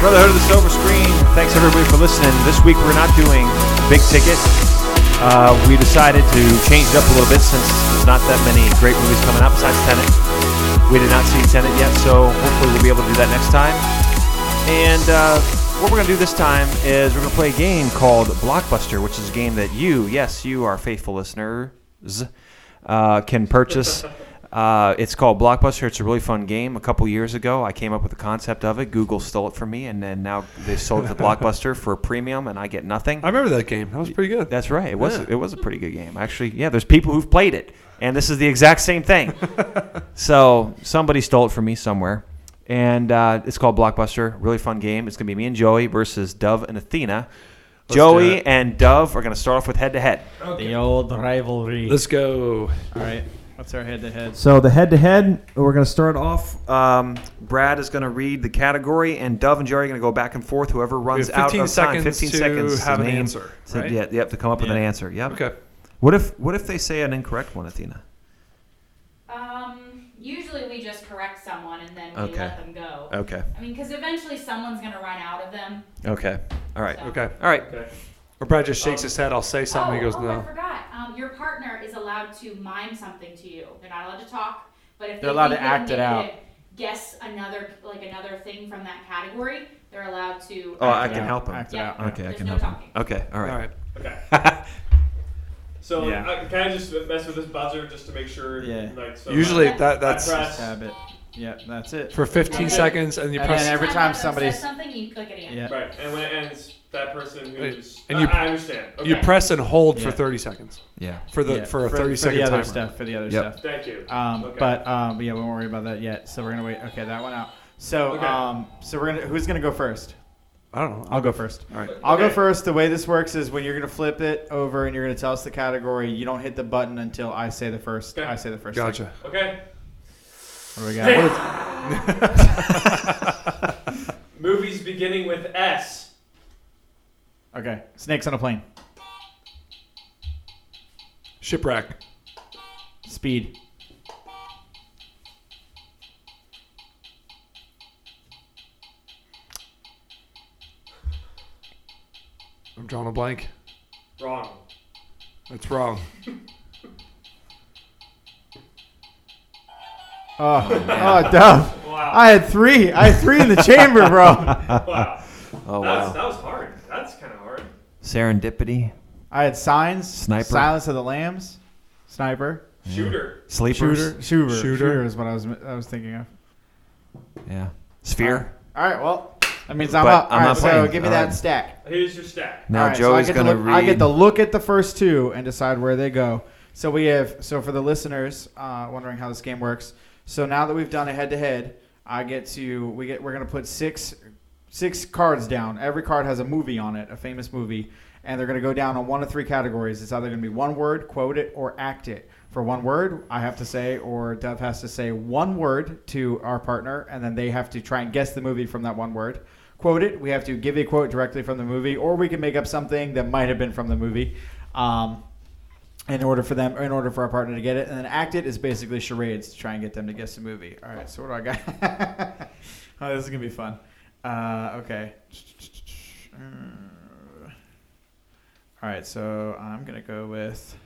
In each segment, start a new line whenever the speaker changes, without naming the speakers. Brotherhood of the Silver Screen. Thanks everybody for listening. This week we're not doing big ticket. Uh, we decided to change it up a little bit since there's not that many great movies coming out besides Tenet. We did not see Tenet yet, so hopefully we'll be able to do that next time. And uh, what we're going to do this time is we're going to play a game called Blockbuster, which is a game that you, yes, you, our faithful listeners, uh, can purchase. Uh, it's called Blockbuster. It's a really fun game. A couple years ago, I came up with the concept of it. Google stole it from me, and then now they sold it to Blockbuster for a premium, and I get nothing.
I remember that game. That was pretty good.
That's right. It was
Yeah.
it was a pretty good game actually. Yeah, there's people who've played it, and this is the exact same thing. so somebody stole it from me somewhere, and uh, it's called Blockbuster. Really fun game. It's gonna be me and Joey versus Dove and Athena.
do
Joey
it.
and Dove are gonna start off with head to head.
The old rivalry.
Let's go.
All right, what's our head-to-head?
So the head to head, we're gonna start off. Um, Brad is gonna read the category, and Dove and Joey are gonna go back and forth. Whoever runs
have
out
15
of time,
seconds
fifteen
to
seconds
have
to
an
name-
answer,
to-
right?
yeah, yep, to come up with an
Yeah.
answer. Yep.
Okay.
What if what if they say an incorrect one, Athena?
Um, usually we just correct someone and then we
Okay.
let them go.
Uh,
Okay.
I mean, because eventually someone's gonna run out of them.
Okay. All right.
So-
Okay.
All right.
Or Brad just shakes his head. I'll say something.
oh,
he goes,
oh, I
no.
forgot. Um, your partner is allowed to mime something to you. They're not allowed to talk, but if
They're
they
allowed
think
to act
they
it
need
out.
guess another like another thing from that category. They're allowed to.
Oh, I
act it
can
out.
help him.
Act it
Yeah.
out.
Okay, I
There's
can
no
help.
talking.
Okay. All
All right.
right.
Okay. So
Yeah.
uh, can I just mess with this buzzer just to make sure?
Yeah.
Like, so
Usually that
I
that's
press.
Tab it. Yeah, that's it.
for 15 seconds, and you
And
press.
then every
Anytime
time
one of them
somebody's-
says something, you click it in.
Yeah.
Right, and when it ends, that person who's
And you-
I, I understand. Okay.
You press and hold for
Yeah.
30 seconds
Yeah.
for the
Yeah,
for a
for,
30
for
second
the other
timer.
stuff. For the other
Yep.
stuff.
Thank
Ah.
Um,
you. okay.
But um, yeah, we won't worry about that yet. So we're gonna wait. Okay, that one out. So
Okay.
um, so we're gonna who's gonna go first?
I don't know.
I'll go first.
All right.
I'll go
Okay.
first. The way this works is when you're gonna flip it over and you're gonna tell us the category. You don't hit the button until I say the first.
Okay.
I say the first. thing.
Gotcha.
Okay.
What do we got?
Movies beginning with S.
okay. Snakes on a plane.
Shipwreck.
Speed.
I'm drawing a blank.
Wrong.
That's wrong.
Oh, oh, dumb.
Wow.
I had three. I had three in the chamber, bro.
Ah.
wow.
Oh
That's,
wow.
That was hard. That's kind of hard.
Serendipity.
I had signs.
Sniper.
Silence of the Lambs. Sniper.
Shooter.
Sleepers.
Shooter. Shooter.
Shooter.
is what I was I was thinking of.
Yeah. Sphere.
All right. Well, that means I'm
But
up. All
I'm
right.
not
so
playing.
give me
All
that
right.
stack.
Here's your stack.
Now
All right, so I
Joey's
get to
gonna
look-
read.
I get to look at the first two and decide where they go. So we have. So for the listeners uh, wondering how this game works. So now that we've done a head to head, I get to we get we're gonna put six six cards down. Every card has a movie on it, a famous movie, and they're going to go down on one of three categories. It's either going to be one word, quote it, or act it. For one word, I have to say, or Dove has to say one word to our partner, and then they have to try and guess the movie from that one word. Quote it, we have to give a quote directly from the movie, or we can make up something that might have been from the movie. Um, in order for them, in order for our partner to get it, and then act it is basically charades to try and get them to guess the movie. All right, so what do I got? oh, this is gonna be fun. Uh, okay. All right, so I'm gonna go with.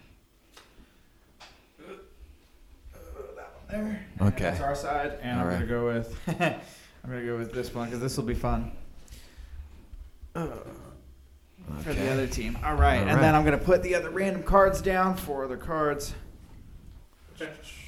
That one there. And
Okay.
That's our side, and I'm
All right.
gonna go with. I'm gonna go with this one because this will be fun for the other team. All right,
All
and
right.
then I'm gonna put the other random cards down. Four other cards.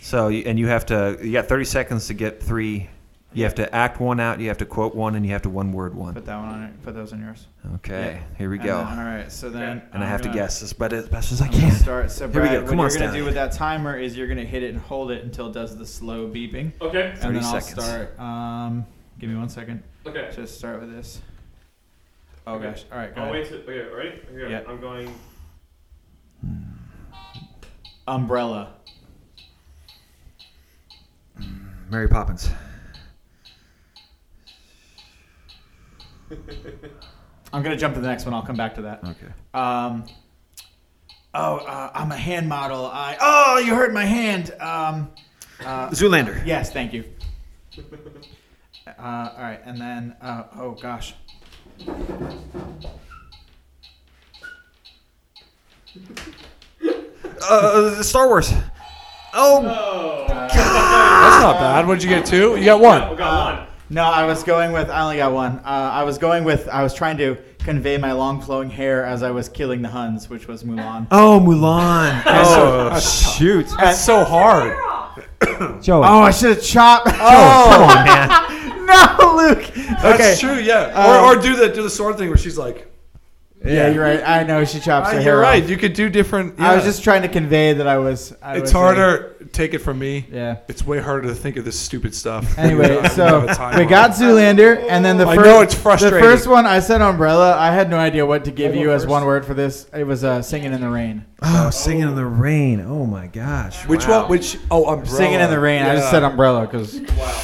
So you- and you have to. You got 30 seconds to get three. You have to act one out. You have to quote one, and you have to one word one.
Put that one on it. Put those on yours.
Okay. Here we
And
go.
then- all right, so then.
And I
I'm
have to
gonna-
guess as best as best as I
I'm gonna
can.
start. So
Here we
Brad,
go.
what
Come on,
you're gonna
Stan.
do with that timer is you're gonna hit it and hold it until it does the slow beeping,
Okay.
and
30
then I'll
seconds.
start. Um, give me one second.
Okay.
Just start with this. Oh
Okay.
gosh. All right. Go
I'll
ahead.
wait. To, okay. Ready? Here.
Yeah.
I'm going.
Umbrella.
Mary Poppins.
I'm gonna jump to the next one. I'll come back to that.
Okay.
Um. Oh, uh, I'm a hand model. I. Oh, you hurt my hand. Um. Uh,
Zoolander.
yes. Thank you. Uh, all right, and then uh, oh gosh,
Uh, Star Wars. Oh,
Oh.
That's not bad. What did you get? Two? You got one.
we got Oh, one.
no, I was going with I only got one. Uh, I was going with I was trying to convey my long flowing hair as I was killing the Huns, which was Mulan.
oh, Mulan.
so-
Oh,
that's tough.
shoot.
That's so hard.
Hair off.
Joey.
Oh, I should have chopped.
Come
Oh
on, man.
no, Luke.
That's
okay.
true. Yeah.
Um,
or, or do the do the sword thing where she's like,
Yeah, you're right. I know she chops
"Ah,
her hair.
you're
off.
right. You could do different.
I was
yeah."
just trying to convey that I was. I
It's
was, uh,
harder. Take it from me.
Yeah.
It's way harder to think of this stupid stuff.
Anyway,
I
so
don't have a time
we
on
got
it.
Zoolander, and then the
I
first.
know it's frustrating.
The first one I said umbrella. I had no idea what to give
I'll go
you as
first.
one word for this. It was uh, singing in the rain.
Oh, Singing in the Rain. Oh, my gosh.
Which one? Which? Oh, umbrella.
Singing in the rain. I just
Yeah.
said umbrella because.
Wow.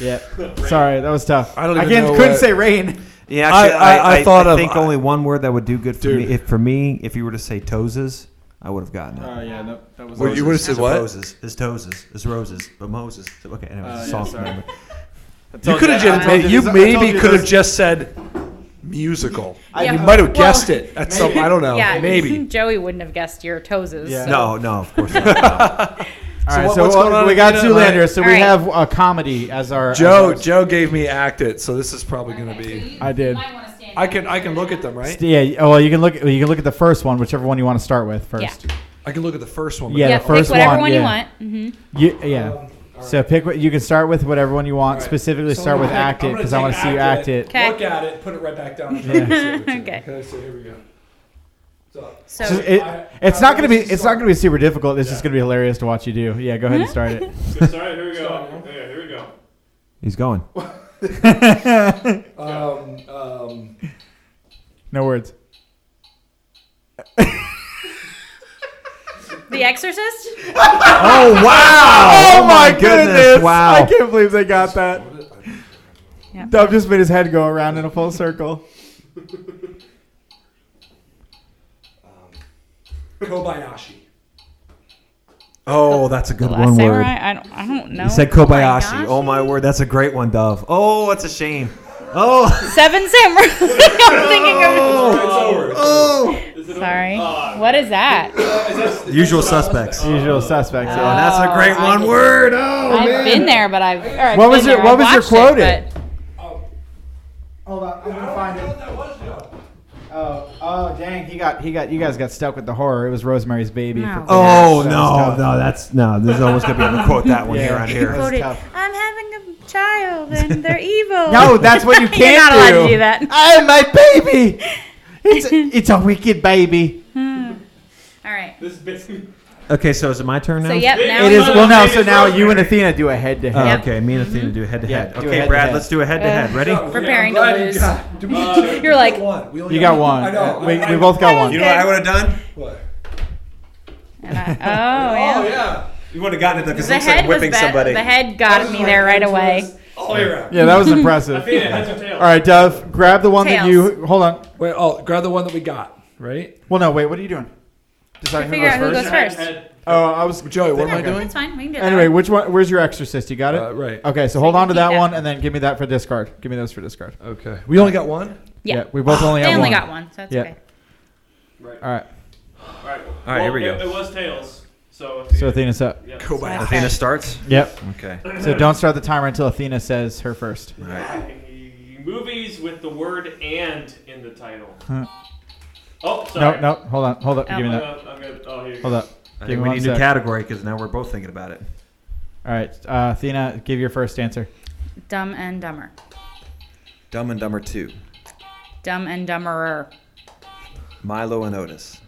Yeah. Sorry, that was tough.
I don't even
can't-
know
couldn't
what-
say rain.
Yeah,
I-
actually, I,
I-
I,
I thought
I
of-
think only one word that would do good for
Dude.
me. If for me, if you were to say toeses, I would have gotten it.
Uh, yeah, that, that was.
Well, you would have said
It's
what?
Roses. It's toeses. It's roses. But Moses. Okay, anyway,
Uh, yeah,
soft
sorry.
memory.
You could have just.
made
made- You maybe could have just said musical.
I-
You
Yeah.
might have
Well,
guessed it at some. I don't know.
yeah,
Oh, Maybe.
Joey wouldn't have guessed your toeses.
Yeah.
so-
No, no, of course not.
All right,
what-
so
what's
what-
going on
we
in
got
Peanut Land?
Zoolander. So
All
we
right.
have a comedy as our. as
Joe.
our-
Joe gave me act it, so this is probably gonna
Okay, so
be.
you-
I did.
You might want to stand
I
up.
can. I can look at them, right?
Yeah. Oh, well, you can look. You can look at the first one, whichever one you want to start with first.
I can look at the first one. but Um,
Yeah,
Yeah,
the first
pick whatever
one,
one,
yeah.
you want. hmm
You, yeah. So pick what you can start with whatever one you want.
Alright.
Specifically,
So
start
I'm
with
gonna
act
take-
it
I'm gonna
because I want to
take
see you act it.
Okay.
Look at it. Put it right back down.
Okay.
Okay. So here we go. So,
So,
So it-
I-
it's
I
not gonna be.
always
It's not
start-
gonna be super difficult. It's just
Yeah.
gonna be hilarious to watch you do. Yeah, go ahead and start it.
All right, here we
Stop,
go.
man.
Yeah, here we go.
He's going.
Um, um,
No words.
The Exorcist.
Oh wow!
Oh, my
Wow!
I can't believe they got
Uh,
that.
Yeah.
Dub just made his head go around in a full circle.
Kobayashi.
oh, that's a good
The
one
Last
word.
Samurai. I oh don't. I don't know.
He said Kobayashi. Oh my word, that's a great one, Dove. Oh, that's a shame. Oh,
Seven Samurai. I'm thinking of.
It's over.
oh.
Sorry. what is that?
Usual suspects. Oh,
Usual suspects. yeah.
that's a great
I-
one word. Oh
I've
man.
been there, but I've. or I've
What was
been
your-
there,
what
I've
was your
watched
quote
It, but
Hold on, I'm gonna find it. Oh, oh, dang! He got, he got, you guys got stuck with the horror. It was Rosemary's Baby.
No.
for-
Oh
That was
no,
tough.
no, that's no. There's always gonna be able to quote that one
Yeah.
here on
That's
here.
quoted,
tough.
I'm having a child and they're evil.
No, that's what you
You're
can't
not
do.
allowed to do that.
I am my baby. It's a, it's a wicked baby.
All right.
This is basically.
Okay, so is it my turn now?
So yep. Now
It is well now.
Baby
So now
Rosemary.
you and Athena do a head to
Oh,
head.
Yep. Mm-hmm.
Okay, me and Athena do a head to head.
Yeah, do a
Okay,
head-to-head.
Brad, let's do a head to head. Ready?
Preparing
Oh
to lose. You're
You're
like-
one. Uh, We only
Uh, You got one. Uh,
I know.
we,
I-
we both got one.
You know what I would have done?
What?
And I, oh yeah.
Oh yeah.
You would have gotten it though, because it
The
looks like
head was
whipping
be-
somebody.
The head got me there right away.
All the way around.
Yeah, that was impressive.
Athena, heads or tails?
All right, Dove, grab the one that
Tails.
you. Hold on.
Wait. Oh, grab the one that we got. Right.
Well, no, wait. What are you doing? Decide
Figure out who goes
Head,
first.
head.
Oh, I was.
Joey, what am I
Okay.
doing?
That's fine. We can do that.
Anyway, which one? Where's your exorcist? You got it.
Uh, right.
Okay, so hold on to
keep
that
that.
one, and then give me that for discard. Give me those for discard.
Okay. We only got one.
yeah.
we both only
They
have
only
one.
got one, so that's
Yeah.
okay.
All right.
All right. All
right, here we
It,
go.
it was tails. So.
So Athena's up.
Yeah.
Kobayashi.
Athena starts.
Yep.
Okay.
So don't start the timer until Athena says her first.
All right.
Movies with the word "and" in the title.
Huh.
Oh,
No,
sorry.
no, hold on, hold up.
Oh.
Give me
I'm
that.
gonna, I'm gonna, oh, here you
Hold
go.
up.
I
Give
think
me
we
one
need a new
sec.
category because now we're both thinking about it.
All right, uh, Athena, give your first answer.
Dumb and dumber.
Dumb and Dumber 2.
Dumb and dumberer.
Milo and Otis.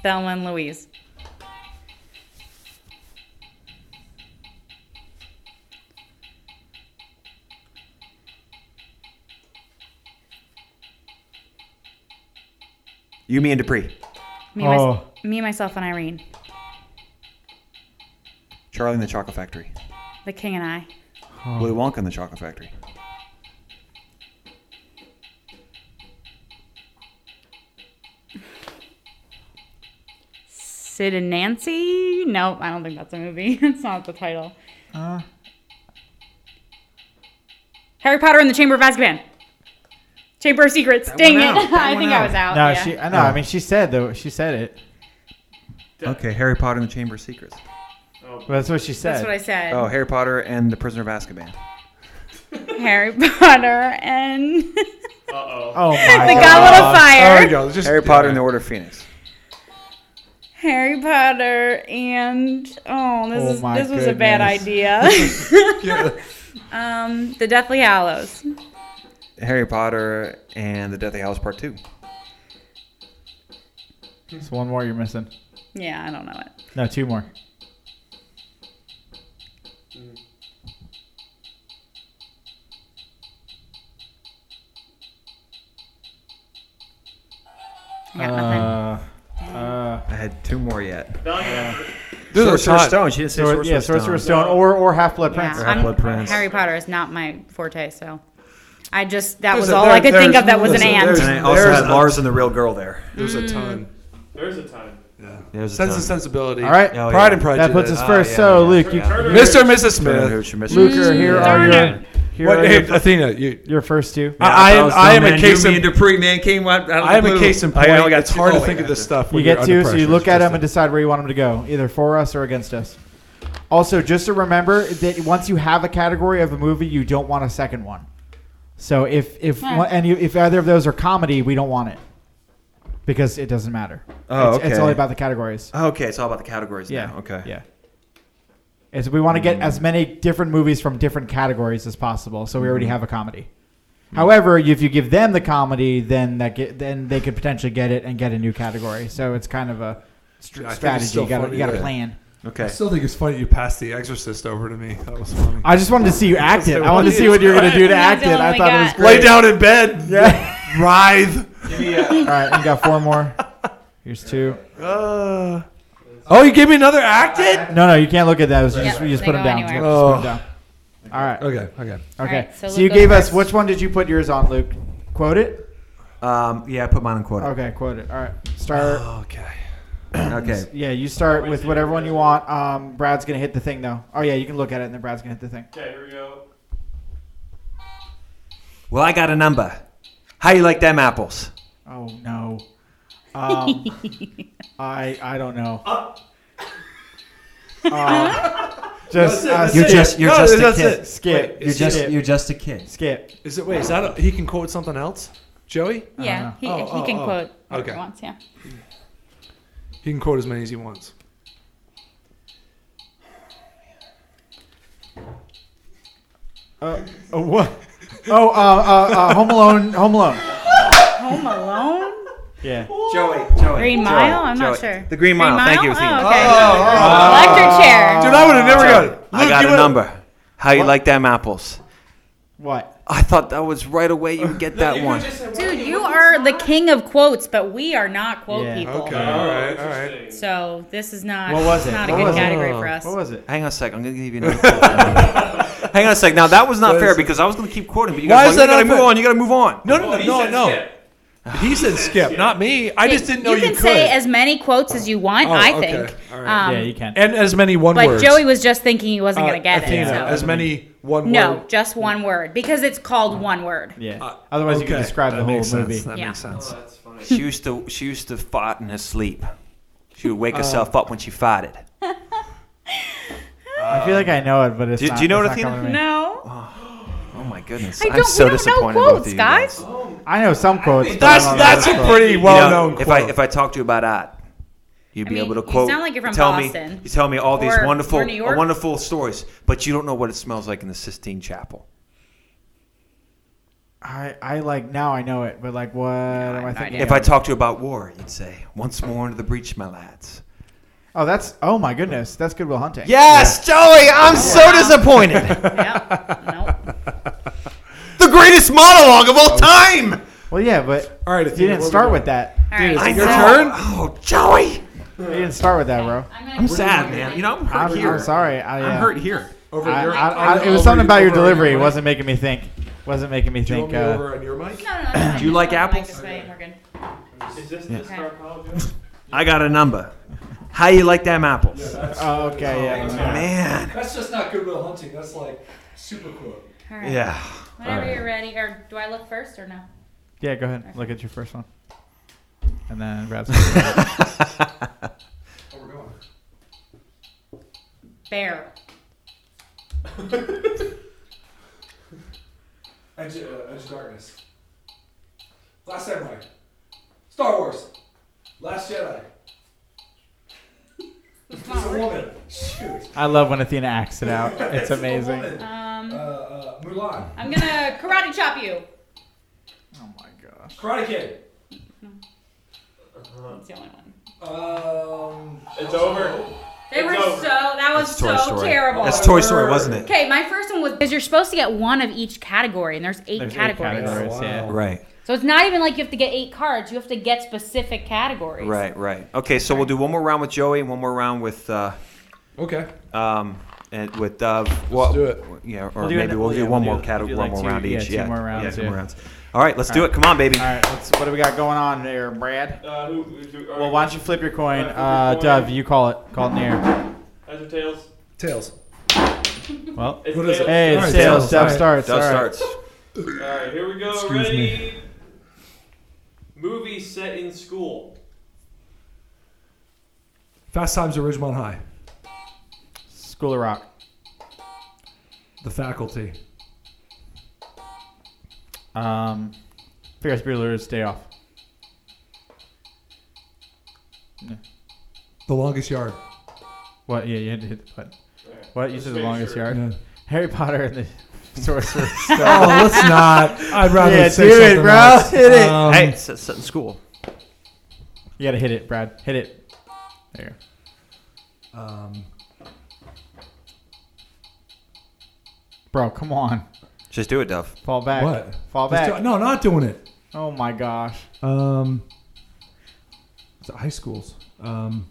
Thelma and Louise.
Yumi and Dupree.
Me, mys-
Oh.
me, myself, and Irene.
Charlie and the Chocolate Factory.
The King and I.
Willy Wonka and the Chocolate Factory.
Sid and Nancy. No, I don't think that's a movie. it's not the title.
Uh,
Harry Potter and the Chamber of Azkaban. Chamber of Secrets.
That
Dang it.
went out. That
I
went
think I
out.
was out.
No,
Oh, yeah.
she. I know. I mean, she said though. She said it.
Okay, Harry Potter and the Chamber of Secrets.
But that's what she said.
That's what I said.
Oh, Harry Potter and the Prisoner of Azkaban.
Harry Potter and the
Uh oh.
oh my
Goblet of Fire.
There you go. Just
Harry Potter and the Order of Phoenix.
Harry Potter and oh, this
Oh
is
my
this was a bad
goodness.
idea. um, the Deathly Hallows.
Harry Potter and the Deathly Hallows Part Two.
There's one more you're missing.
Yeah, I don't know it.
No, two more.
I got nothing.
Uh, uh,
I had two more yet.
Valiant.
There's a
Sorcerer's
ton.
Stone. She didn't say
Sor-
Sorcerer's
yeah,
Stone.
Sorcerer's Stone or or Half Blood Prince.
Yeah,
Half
I'm-
Blood Prince.
Harry Potter is not my forte, so I just that
There's
was
a-
all
there-
I could think
there's-
of that was an
there's-
and.
And I also
There's
had
a-
Lars and the Real Girl there.
There's a ton.
Mm.
There's a ton.
Yeah.
There's a
Sense
ton.
and Sensibility.
All right.
Oh,
Pride
yeah.
and Prejudice.
That puts us
Ah,
first.
yeah,
so
yeah,
Luke,
yeah.
you,
Turner-
Mr. and Mrs.
Turner,
Smith.
who's your mistress?
Luke, here are your
Turner.
here
What?
are
Hey,
your,
Athena, you,
your first two.
I- I am- I am a case
You,
in-
me, and Dupree, man, came out. out of
I am
the
a
blue.
case in point.
I only got
it's
two.
hard
Oh,
to
wait,
think of this
gotcha.
stuff.
You
when
get
you're
two,
under
so
pressure.
you look
It's
at
just
them and
a-
decide where you want them to go, either for us or against us. Also, just to remember that once you have a category of a movie, you don't want a second one. So if if
Hmm.
one- and you, if either of those are comedy, we don't want it because it doesn't matter.
Oh,
it's, it's
okay.
only about the categories.
Okay, it's all about the categories
Yeah.
now. Okay.
Yeah. Is we want to get
Mm.
as many different movies from different categories as possible. So we
Mm-hmm.
already have a comedy.
Mm.
However, if you give them the comedy, then that get, then they could potentially get it and get a new category. So it's kind of a st-
I think it's
strategy.
still
You got
funny,
you got to
yeah.
plan.
I
Okay.
still think it's funny you passed The Exorcist over to me. That was funny.
I just wanted to see you act it. I wanted to see what you were going to do to
Yeah,
act it.
Dylan,
I
we
thought it was
got-
Lay
great.
down in bed.
Yeah.
Writhe.
All right, you got four more. Here's two.
Uh, oh, you gave me another acted?
No, no, you can't look at those. You just, you just
they
put
go
them down. Just
anywhere.
put 'em
Oh.
down. All right.
Okay, okay.
Okay.
Alright,
so
so
you
Luke goes
gave us
first.
which one did you put yours on, Luke? Quote it.
Um, yeah, I put mine in quota.
Okay, quote it. All right. Start.
Okay.
Okay.
Yeah, you start with whatever one you want. Um, Brad's gonna hit the thing though. Oh yeah, you can look at it and then Brad's gonna hit the thing.
Okay, here we go.
Well, I got a number. How you like them apples?
Oh no. Um, I I don't know. Uh, just uh,
You're
skip,
just you're
No,
just a
that's
kid.
it.
skip.
Wait,
You're just
skip.
you're just a kid.
skip.
Is it? Wait, is that? A, he can quote something else. Joey,
Yeah, he,
Oh,
he
oh,
can
oh.
quote whatever
Okay.
he wants. Yeah.
he can quote as many as he wants.
Uh, oh what? Oh uh, uh, uh, Home Alone. Home Alone.
Home Alone.
Yeah.
Joey, Joey.
Green Mile? I'm not sure.
The Green
Green
Mile. Thank you.
Mile?
Athena.
Oh, okay.
oh.
Electric chair.
Dude, I would have never got it.
I got a number. How you
What?
like them apples?
What?
I thought that was right away. You would get that one.
Oh.
Dude, you are the king of quotes, but we are not quote
Yeah.
people.
Okay, all right,
Oh,
all right.
So this is not.
What was
this
it?
is Not
What
a
was
good
it?
category for us.
What was it?
Hang on a sec. I'm gonna give you another. quote. Hang on a sec. Now that was not fair because I was gonna keep quoting, but you
Why
guys,
is
were like,
that
you gotta
not
move
fair?
on. You gotta move on.
No, no,
Oh, he
no,
said
no.
skip.
He said skip, not me. I just didn't know you,
can
could.
say as many quotes as you want.
Oh,
I
okay.
think.
All right.
Um,
yeah, you
eh,
can.
and as many one
But
words.
Joey was just thinking he wasn't gonna
Uh,
get
Athena,
it. So.
as many one
no,
word.
just one word because it's called one word.
Yeah.
Uh,
Otherwise, you can
okay,
describe
that
the whole
makes sense,
movie.
That
Yeah.
makes sense.
Oh, that's funny.
She used to she used to fart in her sleep. She would
Uh.
wake herself up when she farted.
I feel like I know it, but it's
Do- do
not.
you know
it's
what
not
Athena-
coming to me.
No,
Oh my goodness!
I
am
don't.
so
we don't know
disappointed. in both
quotes,
of you
guys.
I know some quotes. but
That's
I don't know
that's
those
a
quotes.
pretty
You know,
well known.
if I if I talk to you about art, you'd
I
be
mean,
able to
you
quote.
sound like you're from
tell Me,
Boston.
you tell me all these
Or-
wonderful,
or New York.
wonderful stories, but you don't know what it smells like in the Sistine Chapel.
I, I like now I know it, but like what
I
am I
have no
thinking?
idea.
If I talk to you about war, you'd say, "Once more into the breach, my lads."
Oh, that's oh my goodness, that's Goodwill Hunting.
Yes, Joey, I'm so disappointed.
Yep. Oh, Nope.
the greatest monologue of all time.
Well, yeah, but
All right,
you
Athena,
didn't
what we
start
doing?
with that.
All right.
I
your
know.
turn?
Oh, Joey,
You didn't start with that, bro.
I'm, gonna
I'm sad, man. You know, I'm hurt
I'm,
here.
I'm sorry. I, uh,
I'm hurt here.
Over
I,
your,
I,
on-
I- it was
over
something about your
over on
delivery. It
mic.
wasn't making me think. Wasn't making me
Do you want
think.
me
Uh,
over on your mic?
No, no, no, it's fine.
Do you like
Just
apples?
this way and we're good.
Is this the star power joke?
I got a number. How you like them apples?
oh, okay, yeah.
Man.
That's just not Goodwill Hunting. That's like super cool.
All right.
Yeah.
What Whenever
All right.
you're ready, or do I look first or no?
Yeah, go ahead.
Okay.
Look at your first one. And then wraps
Oh,
Bear.
Edge, uh, Edge of Darkness. Last Samurai. Star Wars. Last Jedi. It's a woman. Shoot.
I love when Athena acts it out. It's
a
amazing.
woman. Uh,
Um,
uh, Mulan.
I'm gonna karate chop you.
Oh my gosh.
Karate Kid.
That's the only one.
Um,
It's over.
They
It's
were
over.
so that was
That's Toy
so
Story.
terrible.
That's Toy Story, wasn't Oh, it?
Okay, my first one was because you're supposed to get one of each category, and there's eight
There's eight
categories.
categories, yeah.
Right,
So it's not even like you have to get eight cards; you have to get specific categories.
right, right. Okay, so we'll do one more round with Joey and one more round with uh,
Okay.
um, and with Dove. Well,
do it.
Yeah, or
We'll do
maybe
it-
we'll
yeah,
do
we'll
one
do-
more
we'll
category,
do
one
like
more
two-
round
yeah,
each.
two
Yeah,
more
yeah,
rounds,
two
yeah.
more rounds. All right, let's do
All
it. Come on, baby.
All right, let's, what do we got going on there, Brad?
Uh, who, who,
Well, why don't you flip your coin? Uh,
Uh, flip your coin.
Dove, you call it. Call it near.
Heads or tails?
Tails.
Well,
It's
What is it?
tails.
hey,
All
it's
right,
tails.
tails. All
Dove
right.
starts.
Dove
all right.
starts.
All right, here we go.
Excuse
Ready?
me.
Movie set in school.
Fast Times at Ridgemont High.
School of Rock.
The Faculty.
Um, Ferris Bueller's Day Off.
The Longest Yard.
What? Yeah, you had to hit the button.
All right.
What? You
Let's
said the
make
longest
sure.
yard.
Yeah.
Harry Potter and the Sorcerer's
oh, let's not. I'd rather
Yeah,
say
do it,
something
bro.
else.
Hit it.
Um,
hey, it's, it's in school.
You gotta hit it, Brad. Hit it. There.
Um,
Bro, come on.
Just do it, Dove.
Fall back.
what?
Fall
Let's
back.
do- no, not doing it.
oh my gosh.
Um, it's high schools. Um,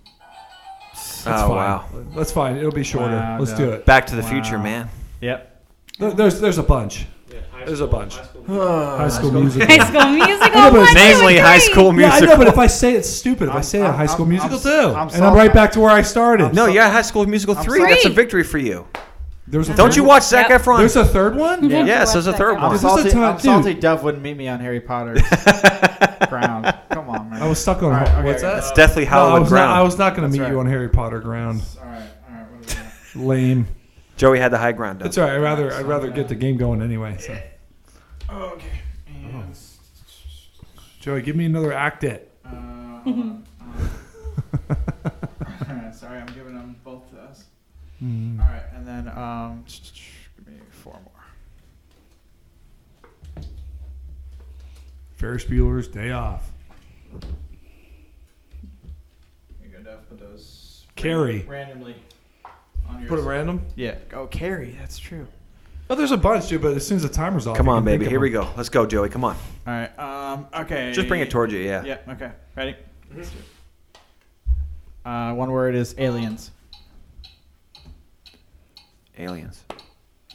that's
Oh,
fine.
wow.
That's fine. It'll be shorter.
Wow,
Let's
no.
do it.
Back to the future,
Wow.
man.
Yep.
There- There's there's a bunch.
Yeah, high
There's a
school,
bunch.
high school.
Uh, high school
High
musical.
School Musical.
Yeah, but
one, two,
Namely,
and
High
three.
School
yeah, I
Musical.
know, but if I say it's stupid, if i
I'm-
say a
I'm-
high school
I'm-
musical
I'm-
too,
I'm
and I'm
so-
right back to where I started.
No, yeah, High School Musical
I'm
three. That's a
sorry.
victory for you.
There's a
Don't
third
you
one?
watch Zac
Yep.
Efron?
There's a third one.
Yeah.
yes, there's a third
I'm
one.
This is a
salty,
time-
I'm salty Dove wouldn't meet me on Harry Potter's ground. Come on, man.
I was stuck on
All right, okay,
what's
okay.
that?
It's definitely
No, I
Hollywood
was
ground.
not. I was not going to
That's
meet you
right.
on Harry Potter ground.
all right, all right. What do we got?
Lame.
Joey had the high ground. Dove.
That's all right. I'd rather I'd rather get the game going anyway. So.
Oh, Okay. And,
Joey, give me another act. It.
uh, hold on. Um, sorry, I'm giving them both to us.
Hmm.
All right, and then um, give me four more.
Ferris Bueller's Day Off.
You go Dove. Put those
Carrie.
randomly on
Put it
yours.
random.
yeah. Oh, Carrie. That's true.
Oh, there's a bunch, dude. But as soon as the timer's off,
Come
you
on,
can think
baby.
of
Here we
them.
go. Let's go, Joey. Come on.
All right. Um. Okay.
Just bring it towards you. Yeah.
Yeah. Okay. Ready. Uh, one word is aliens.
Aliens.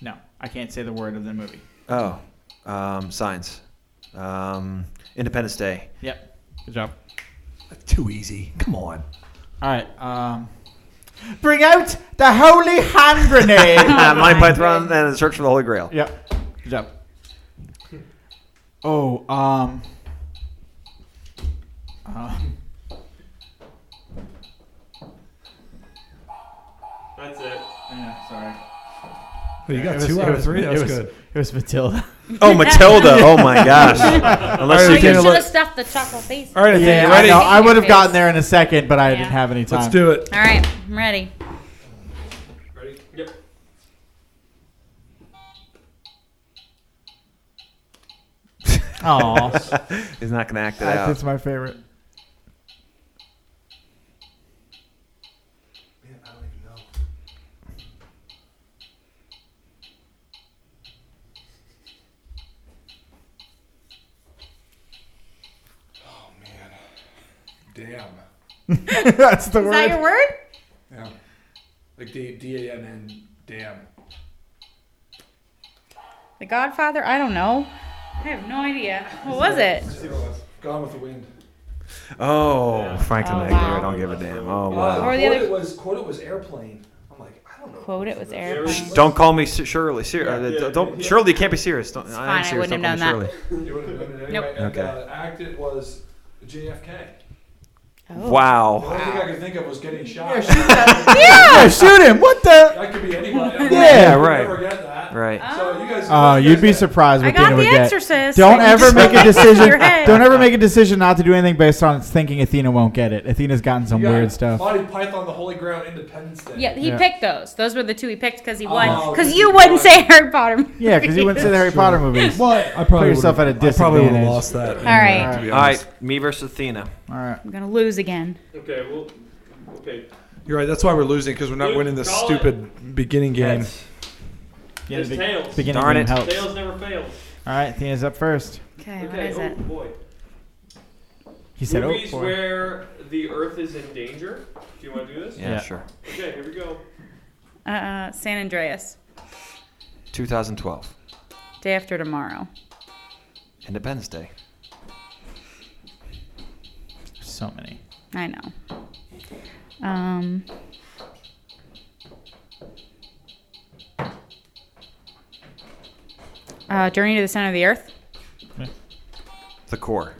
No, I can't say the word of the movie.
Oh, um, signs. Um, Independence Day.
Yep. Good job.
Too easy. Come on.
All right. Um. Bring out the holy hand grenade.
Uh, Monty Python and the Search for the Holy Grail.
yep. Good job. Oh. Um. Um.
That's it.
Yeah, sorry.
Well, you got
It was-
two
it
out of
was-
three.
it
That's
was-
good.
It was Matilda.
Oh, Matilda. Oh my gosh. Unless
So
you
you should
can.
have stuffed the chocolate face.
All right, Athena,
Yeah,
you
I,
ready?
know. I would have
Face.
gotten there in a second, but I
Yeah.
didn't have any time.
Let's do it.
All right, I'm ready.
Ready? Yep.
Aw,
He's not gonna act it
That-
out.
that's my favorite.
Oh, Damn.
that's the
Is that your word?
Yeah. Like D D A M N. Damn.
The Godfather? I don't know. I have no idea. What was it?
Gone with the wind.
Oh, Franklin
Oh,
Aguilera.
wow.
Don't give a damn. Oh wow.
Uh,
Or the other-
was quote it was airplane. I'm like I don't know
quote it was airplane.
Shh,
Don't call me Sir- Shirley. Sir, uh,
Yeah, yeah,
don't
yeah.
Shirley. You can't be serious. Don't,
It's
I am
fine, I
serious.
wouldn't
don't
have
call me
known
Shirley.
You would have done it anyway.
Nope.
And,
Okay.
uh, act it was JFK.
Oh.
The
Wow.
only thing I could think of was getting shot.
Yeah, shoot that. yeah! shoot him. What the?
That could be anybody.
Yeah,
You'll
right.
Never get that.
Right.
So you guys.
Uh, you'd be surprised
I
what Dana
got
would
the
get.
exorcist.
Don't
I can
ever
just
make a
put it in
decision.
your head.
Don't ever make a decision not to do anything based on thinking Athena won't get it. Athena's gotten some
You got
weird stuff.
Monty Python, The Holy Grail, Independence Day.
Yeah, he
Yeah.
picked those. Those were the two he picked because he
Oh,
won. Because
because he
you
won.
wouldn't say Harry Potter.
Yeah, because you wouldn't say the Harry Potter movies. All
What? I probably
yourself
would've-
at a
I probably would've
disadvantage.
lost that. All
right.
To be
All
honest.
right, me versus Athena.
right.
I'm gonna lose again.
Okay, well, okay.
You're right. That's why we're losing because we're not
Luke,
winning this
call it.
stupid beginning game.
Heads.
Yeah,
It's
the be-
tails.
beginning
Darn
game
it.
helps. All
Tails never fails.
right, Athena's up first.
Okay, what
Okay,
is
oh
it?
boy.
He said, "Oh,
Movies
boy."
where the Earth is in danger. Do you want to do this?
Yeah,
Yeah.
sure.
Okay, here we go.
Uh, uh, San Andreas,
2012,
day after tomorrow.
Independence Day.
so many.
I know. Um. Uh, Journey to the Center of the Earth.
The core.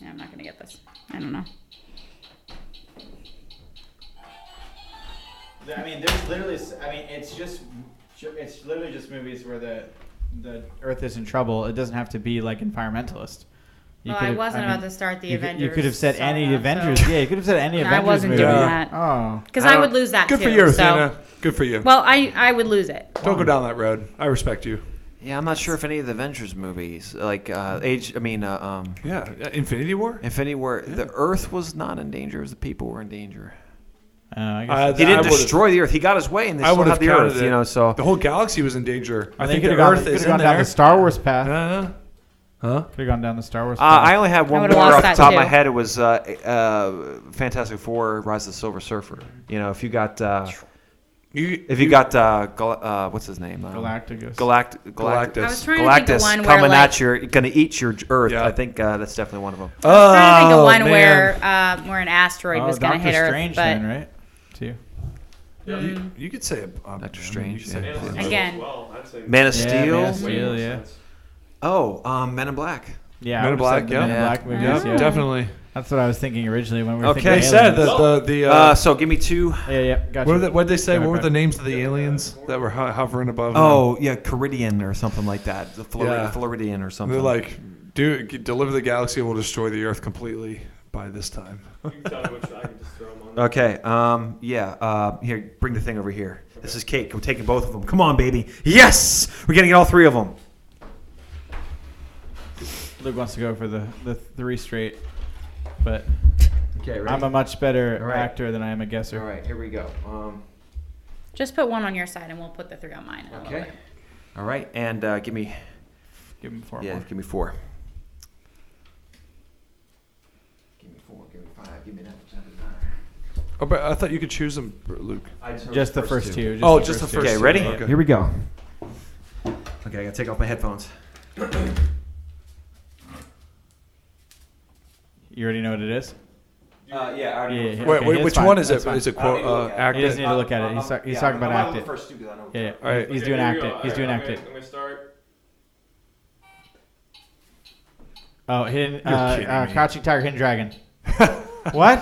Yeah, I'm not gonna get this. I don't know.
I mean, there's literally. I mean, it's just. It's literally just movies where the the Earth is in trouble. It doesn't have to be like environmentalist. You
well,
could
I
have-
wasn't
mean,
about to start the
you could,
Avengers.
you could have said any Avengers. Yeah, you could have said any
No, I
Avengers.
wasn't
movie.
doing Yeah.
that.
Oh,
Because
I
I would
don't-
lose that.
Good for
too,
you,
so-
Athena. Good for you.
Well, I I would lose it.
Don't go down that road. I respect you.
Yeah, I'm not sure if any of the Avengers movies, like uh, Age, I mean, uh, um,
Yeah. uh, Infinity War.
Infinity War, the Earth was not in danger; it was the people were in danger.
uh, I guess.
Uh,
He didn't
I would've-
destroy the Earth; he got his way, and they
I
still
would
had
have
the
counted
Earth.
it.
You know, so
the whole galaxy was in danger. I,
I
think the
could have gone,
Earth
could
is
have
in
gone down the
there.
Star Wars path.
Uh, huh?
could have gone down the Star Wars
uh,
path.
I only had one
would've
more
lost
off the
that
top of my
too.
head. It was uh, uh, Fantastic Four: Rise of the Silver Surfer. You know, if you got uh,
You,
if you got uh, gal- uh, what's his name, uh,
Galacticus.
Galact- Galact-
Galactus.
I was trying to think
Galactus
of one where
coming
like,
at your, gonna eat your Earth.
Yeah.
I think uh, that's definitely one of them.
oh,
I'm trying to think of
man.
one where um, where an asteroid
oh,
was
Doctor
gonna hit Earth,
Strange
but
then, right? Two.
You, you could say a,
Doctor Strange, yeah.
Man of Steel
Again.
as Well, I'd say.
Man of
Yeah,
Steel.
Man of
Way
Steel,
more
yeah.
sense.
Oh, um, Men in Black.
Yeah, I
Men in
would've said
Black,
the
yeah.
Men in
Yeah.
Black movies,
Yeah,
yeah.
definitely.
That's what I was thinking originally when we were
Okay.
They
thinking
said
aliens.
that the the uh,
Uh, so give me two.
Yeah, yeah, gotcha.
what did they, what'd they say? What were
Okay.
the names of the aliens that were ho- hovering above? them?
Oh yeah, Caridian or something like that. The Flor-
Yeah.
Floridian or something.
They're like, do g- deliver the galaxy, we'll destroy the Earth completely by this time.
You can tell me which I can just throw 'em on.
Okay. Um. Yeah. Uh. Here, bring the thing over here. This is cake. We're taking both of them. Come on, baby. Yes, we're gonna get all three of them.
Luke wants to go for the, the three straight, but
Okay.
I'm a much better
All right.
actor than I am a guesser.
all right. Here we go. Um.
just put one on your side and we'll put the three on mine. and I'll
Okay.
win.
All right. And uh, give me.
Give him four
Yeah.
more.
Give me four. Give me four. Give me five. Give me that.
Oh, but I thought you could choose them, Luke.
I heard
Just the first two.
Oh, just the
Okay.
first two.
Ready?
Okay.
Here we go. Okay. I gotta take off my headphones.
You already know what it is.
Uh, yeah. I already
Yeah,
know.
yeah, yeah.
Wait,
Okay,
wait
that's
which
fine,
one is
that's
it?
fine.
Is it
I don't
quote
need to
uh,
look at it.
He doesn't
acted?
need to look at it. He's, talk- he's talking about act it.
first two because I know.
Yeah, yeah.
All right.
He's
Okay,
doing
here
act
we go.
it. He's
Alright,
doing
I'm
act
gonna-
it.
I'm gonna start.
Oh, hidden.
You're
Uh,
kidding
uh,
me.
Crouching Tiger, Hidden Dragon.
Oh,
what?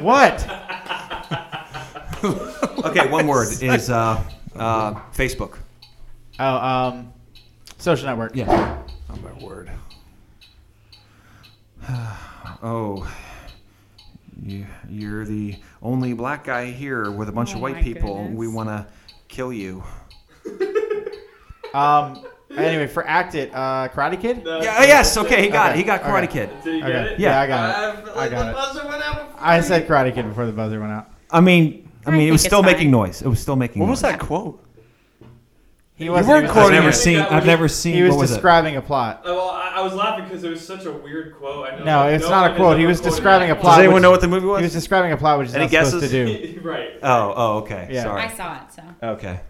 what?
Okay, one word is uh, uh, Facebook.
Oh, um, social network.
Yeah.
Oh my word.
Oh, you, you're the only black guy here with a bunch
Oh
of white
my
people.
goodness.
We want to kill you.
Um. Anyway, for act it, uh, Karate Kid.
No,
Yeah. Yes. Okay. He got it.
Okay,
He got Karate
okay.
Kid.
Did you Uh, get
Okay.
it?
Yeah,
Yeah.
I got it. I got it. I said Karate Kid before the buzzer went out.
I mean, I
I
mean, it was
think
still
it's
making
fine.
noise. It was still making.
What was
noise.
that quote?
He
You
wasn't
weren't
even-
quoting
I've never
it.
seen- I've never
He was describing a plot.
Oh, well, I, I was laughing because it was such a weird quote. I know
No,
that
it's not a
one
quote.
has
He
ever
was
quoted
describing a
that.
Does
plot
anyone
which-
know what the movie
He
was?
was describing a plot, which is
Any
not supposed to
guesses?
do.
right.
oh. Oh. Okay.
Yeah.
Sorry.
I saw it, so
Okay.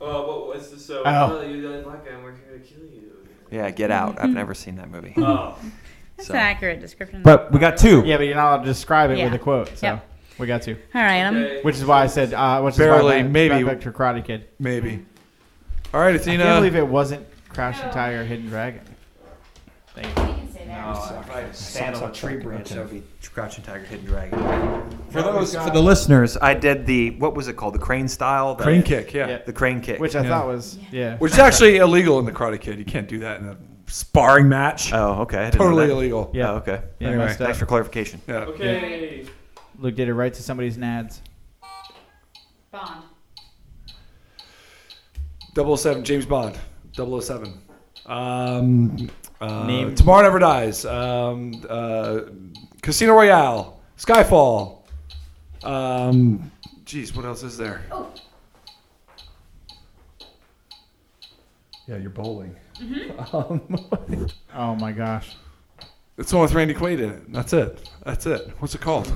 Uh, what was the so?
Oh.
you didn't like him. We're here to kill you.
Yeah, Get Out.
Mm-hmm.
I've never seen that movie.
Oh,
That's
So-
an accurate description.
But we got two.
Yeah, but you're not allowed to describe it
Yeah.
with a quote. So
Yep.
we got to.
All right, I'm.
okay.
Which is why I said, uh, which
Barely,
is why I went
maybe.
back to Karate Kid.
Maybe. All right,
I can't believe
Athena.
it wasn't Crashing
No.
Tiger, or Hidden Dragon.
We can say that.
stand on a tree branch, that would be Crouching Tiger, Hidden Dragon. For
Now
those,
we've got-
for the listeners, I did the what was it called? The crane style. The,
Crane kick, yeah.
Yeah.
The crane kick.
Which I
Yeah.
thought was, yeah.
Which is actually illegal in the Karate Kid. You can't do that in a sparring match.
oh, okay. I didn't know
totally
that.
illegal.
Yeah.
Oh, okay.
Yeah,
Anyway,
messed up.
Thanks for clarification.
Yeah.
Okay.
Luke did it right to somebody's nads.
Bond.
007, James Bond. 007. Um, uh,
Name-
Tomorrow Never Dies. Um, uh, Casino Royale. Skyfall. Um, geez, what else is there?
Oh.
Yeah, you're bowling.
Oh my gosh.
Um, It's the one with Randy Quaid in it. That's it. That's it. What's it called?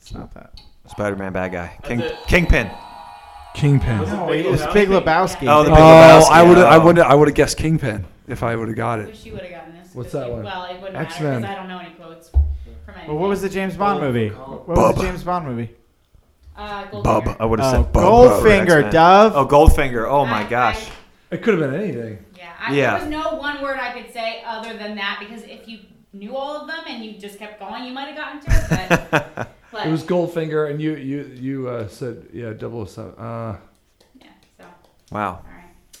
It's not that.
Spider-Man bad guy. King,
That's it.
Kingpin.
Kingpin.
Was it
No,
Big
it was
Lebowski?
Oh, Big Lebowski.
Oh, the- Big
Oh,
Lebowski.
I would I
Oh.
would I would have guessed Kingpin if I would have got it.
Wish you would have gotten this.
What's
'cause
that
you-
one?
Well, it wouldn't matter
X-Men.
because I don't know any quotes from anything.
well, what was the James Bond movie? What was the James Bond movie?
uh, Goldfinger.
Bub. I would have
Oh,
said Bub.
Goldfinger,
X-Men.
Dove.
Oh, Goldfinger. Oh
I-
my
I-
gosh.
It could have been anything.
yeah, I,
Yeah.
There was no one word I could say other than that because if you knew all of them and you just kept going, you might have gotten to it. But, but
It was Goldfinger, and you you you uh, said yeah, 007. Uh,
yeah, so all
Wow.
right.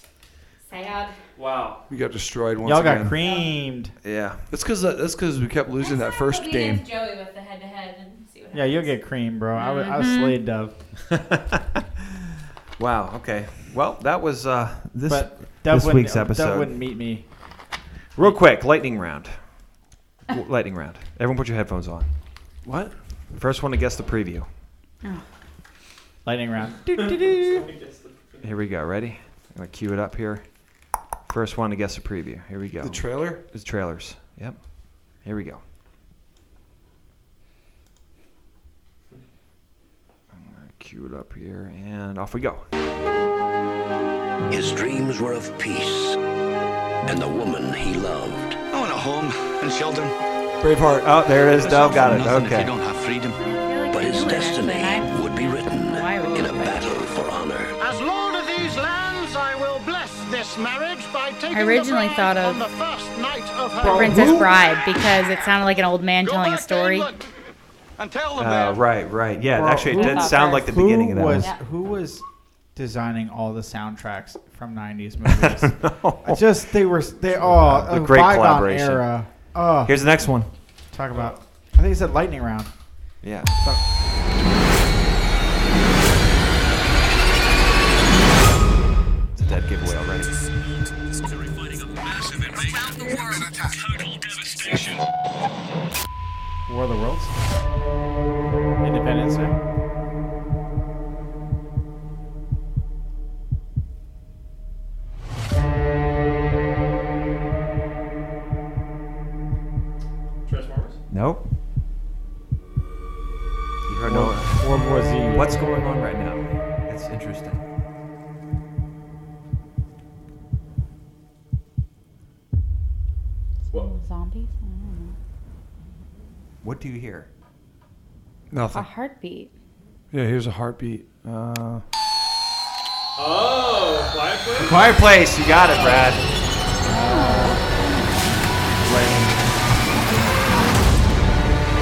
Sad.
Wow.
we got destroyed once
Y'all got
again.
creamed.
Yeah.
That's because that's because we kept losing that
Next time
first
we'll be
game.
against Joey with the head-to-head and see what
Yeah, you'll get creamed, bro. I was, I was slayed Dove.
Wow. Okay. Well, that was uh, this.
But Dove
this
wouldn't-
week's
Dove
episode.
wouldn't meet me.
Real quick, lightning round. W- lightning round. Everyone, put your headphones on. What? First one to guess the preview.
Lightning round.
Here we go. Ready? I'm gonna cue it up here. First one to guess the preview. Here we go.
The trailer.
It's trailers. Yep. Here we go. I'm gonna Cue it up here and off we go.
His dreams were of peace and the woman he loved.
I want a home and shelter.
Braveheart. Oh, there it is. Dove got it.
Nothing If you
Okay.
don't have freedom.
But his destiny
I,
would be written
Why would
in a
it?
battle for honor.
As lord of these lands, I will bless this marriage by taking
I originally thought of
the first night of her.
The Princess Bride because it sounded like an old man telling a story.
And tell them
Uh, right, right. Yeah,
Well,
actually,
who-
it did sound like the
who
beginning of that.
was
one.
who was designing all the soundtracks from '90s movies? I just they were they all
The
a
great
bygone
collaboration.
era. Oh,
Here's the next one.
talk about. I think it said lightning round.
Yeah. It's a dead giveaway already.
War of the Worlds. Independence Day.
Transformers.
Nope. You heard no.
World War Z.
What's going on right now? That's interesting.
Zombies?
What do you hear?
A
Nothing.
Ah.
heartbeat.
Yeah, here's a heartbeat. Uh,
Oh, Quiet Place.
Quiet place. You got it, Brad.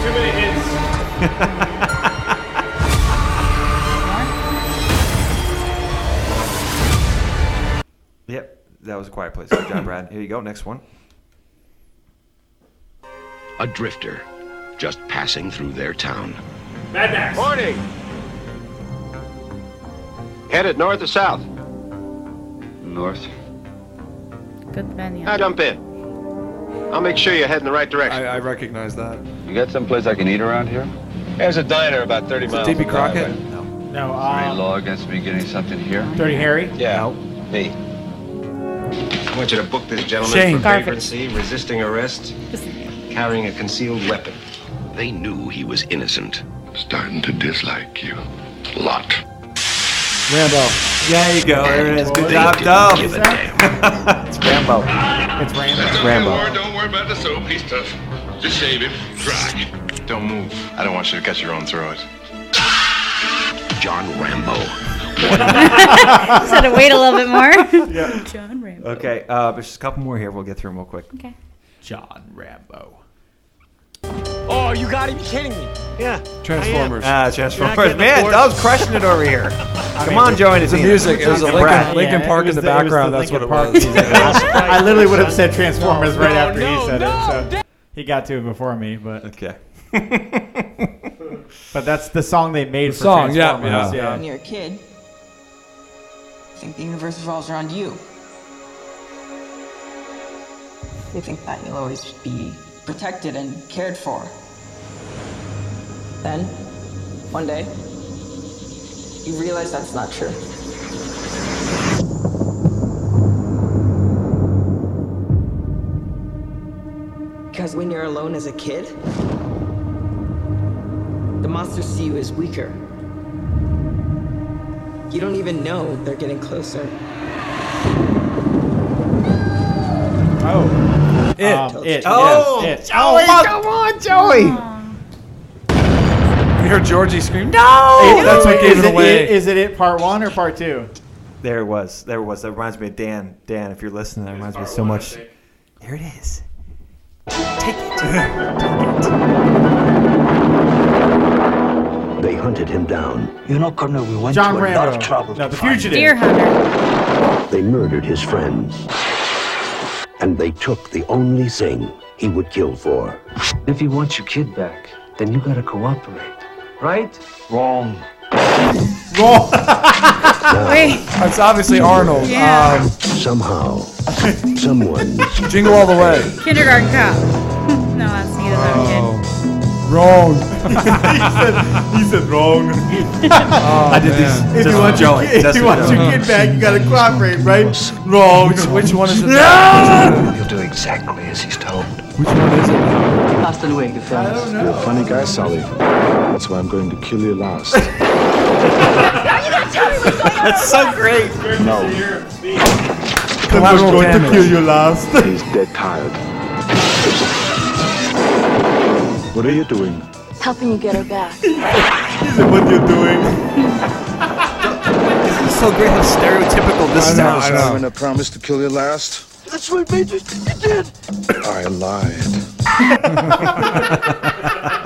Lame.
Too many hits.
Yep, that was a quiet place. Good job, Brad. Here you go. Next one.
A drifter just passing through their town.
Mad Max.
Warning! Headed north or south? North.
Good venue.
Now jump in. I'll make sure you're heading the right direction.
I, I recognize that.
You got someplace I can eat around here?
There's a diner about 30 miles.
D.B.
from the highway.
Crockett.
No. Uh,
against me getting something here?
Dirty Harry.
Yeah. Me. I want you to book this gentleman
Shane.
for
Garbage.
vagrancy, resisting arrest, carrying a concealed weapon.
They knew he was innocent. Starting to dislike you. A lot.
Rambo.
There you go. There it is. Good job, Dove. it's Rambo.
It's Rambo.
It's Rambo.
Don't worry, don't worry about the soap. He's tough. Just shave him. Dry. it. Don't move. I don't want you to cut your own throat.
John Rambo.
so to wait a little bit more.
Yeah.
John Rambo.
Okay, uh, there's just a couple more here. We'll get through them real quick.
Okay.
John Rambo.
Oh, you gotta be kidding me.
Yeah.
Transformers.
Ah, Transformers. Man, Dove's crushing it over here. Come on, Joey.
It's the music. It was a Lincoln, Lincoln
Yeah,
Park
it
in
was
the
the- it was the
background. That's what it
Linkin
was.
I literally would have said Transformers right after
no,
he said
no,
it. So he got to it before me, but
Okay.
but that's the song they made for
song, yeah,
Transformers.
yeah.
When you're a kid, you think the universe revolves around you. You think that you'll always be protected and cared for. Then, one day, you realize that's not true. Because when you're alone as a kid, the monsters see you as weaker. You don't even know they're getting closer.
Oh,
It.
um, it.
Oh,
yes, it.
Joey, come on, Joey.
We heard Georgie scream,
Oh.
no! That's what gave
is
it
it,
away.
it- is it it part one or part two?
There it was. There it was. That reminds me of Dan. Dan, if you're listening, that reminds me so much. Here it is.
They hunted him down.
You're not gonna we went
John
to a lot of
Rambo.
trouble.
No, the
Deer
fugitive.
Hunter.
They murdered his friends. And they took the only thing he would kill for.
If you want your kid back, then you gotta cooperate. Right? Wrong.
Uh,
Wait.
That's obviously Arnold.
Yeah.
Um,
Somehow, someone's
Jingle All the Way.
Kindergarten cop. no, that's me. That's
Oh.
not a kid.
Wrong.
he said wrong.
I did
man.
these. Just for Joey. Just for Joey.
get back, you gotta cooperate, right?
Wrong. Which, which one is it? now?
You'll do exactly as he's told.
Which one is it? now?
Hasta luego, fellas.
You're a funny guy, Sally. That's why I'm going to kill you last.
That's so great.
no,
Collateral damage.
you last.
he's dead tired. What are you doing?
Helping you get her back.
what you're doing.
This is so great how stereotypical this is.
I know.
When I promised to kill you last,
That's what made you think you did.
I lied.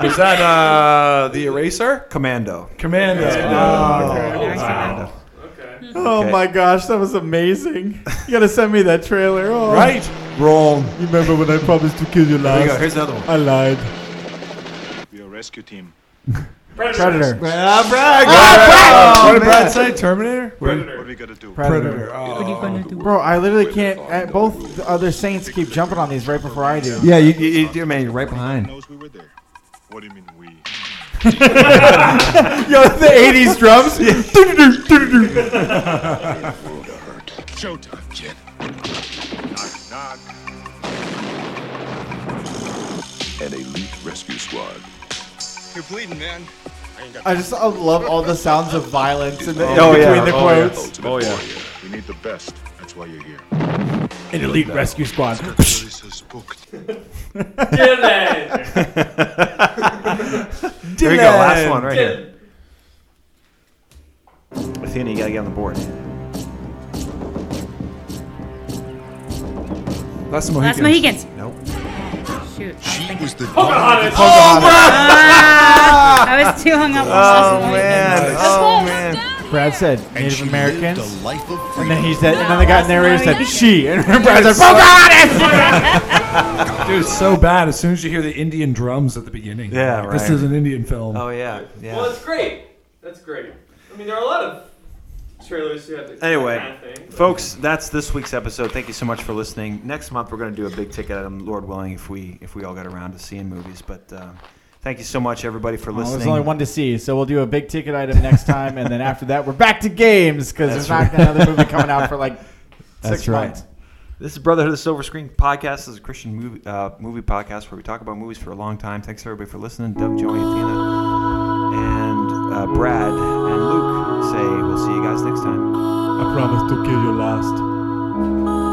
Is that uh, the eraser?
Commando. Oh,
Commando.
Commando.
Okay.
Oh
Okay.
my gosh, that was amazing. You gotta send me that trailer. Oh.
Right. Wrong.
You remember when I promised to kill you
There you go.
last?
Here's another one.
I lied.
We are a rescue team.
Predator.
Ah,
Oh,
Brad.
Oh,
what did Brad say? Terminator?
What are we gonna do?
Predator.
Bro, I literally can't. I, both the other Saints keep jumping on these right before I do.
Yeah, you, you, you, you're man, you're right behind.
knows we were there. What do you mean we?
Yo, the 80s drums.
Would have hurt. Showtime, kid. Knock, knock.
an elite rescue squad.
You're bleeding, man. I ain't got
I just I love all the sounds of violence in, the, in
Oh, yeah.
between the
Oh, yeah.
quotes.
Ultimate
Oh, yeah.
warrior. We need the best. That's why you're here.
An elite rescue squad.
This is booked.
Dylan.
There you go. Last one right here.
Dylan.
Athena, you gotta get on the board.
That's the Mohican.
Last Mohicans.
Nope.
Shoot.
She was the.
Oh,
Pocahontas. Oh,
Ah, I was too hung up on
Oh
Last
man. Oh man.
Brad said
And
Native
she lived
Americans.
a life
And
of freedom.
then he said, and then the guy narrator said
Mohican.
she, and Brad said Pocahontas.
Dude, it's so bad. As soon as you hear the Indian drums at the beginning.
Yeah,
This
right.
is an Indian film.
Oh yeah.
Well,
Yeah.
that's great. That's great. I mean, there are a lot of trailers who have that
Anyway,
kind of thing.
Folks, that's this week's episode. Thank you so much for listening. Next month we're going to do a big ticket item, Lord willing, if we if we all get around to seeing movies. But uh, thank you so much, everybody, for
Well,
listening.
Oh, there's only one to see, so we'll do a big ticket item next time, and then after that, we're back to games because there's not another movie coming out for like
That's
six
right.
months.
This is Brotherhood of the Silver Screen podcast. This is a Christian movie uh, movie podcast where we talk about movies for a long time. Thanks everybody for listening. Doug, Joey, Athena, and uh, Brad and Luke say we'll see you guys next time.
I promise to kill you last.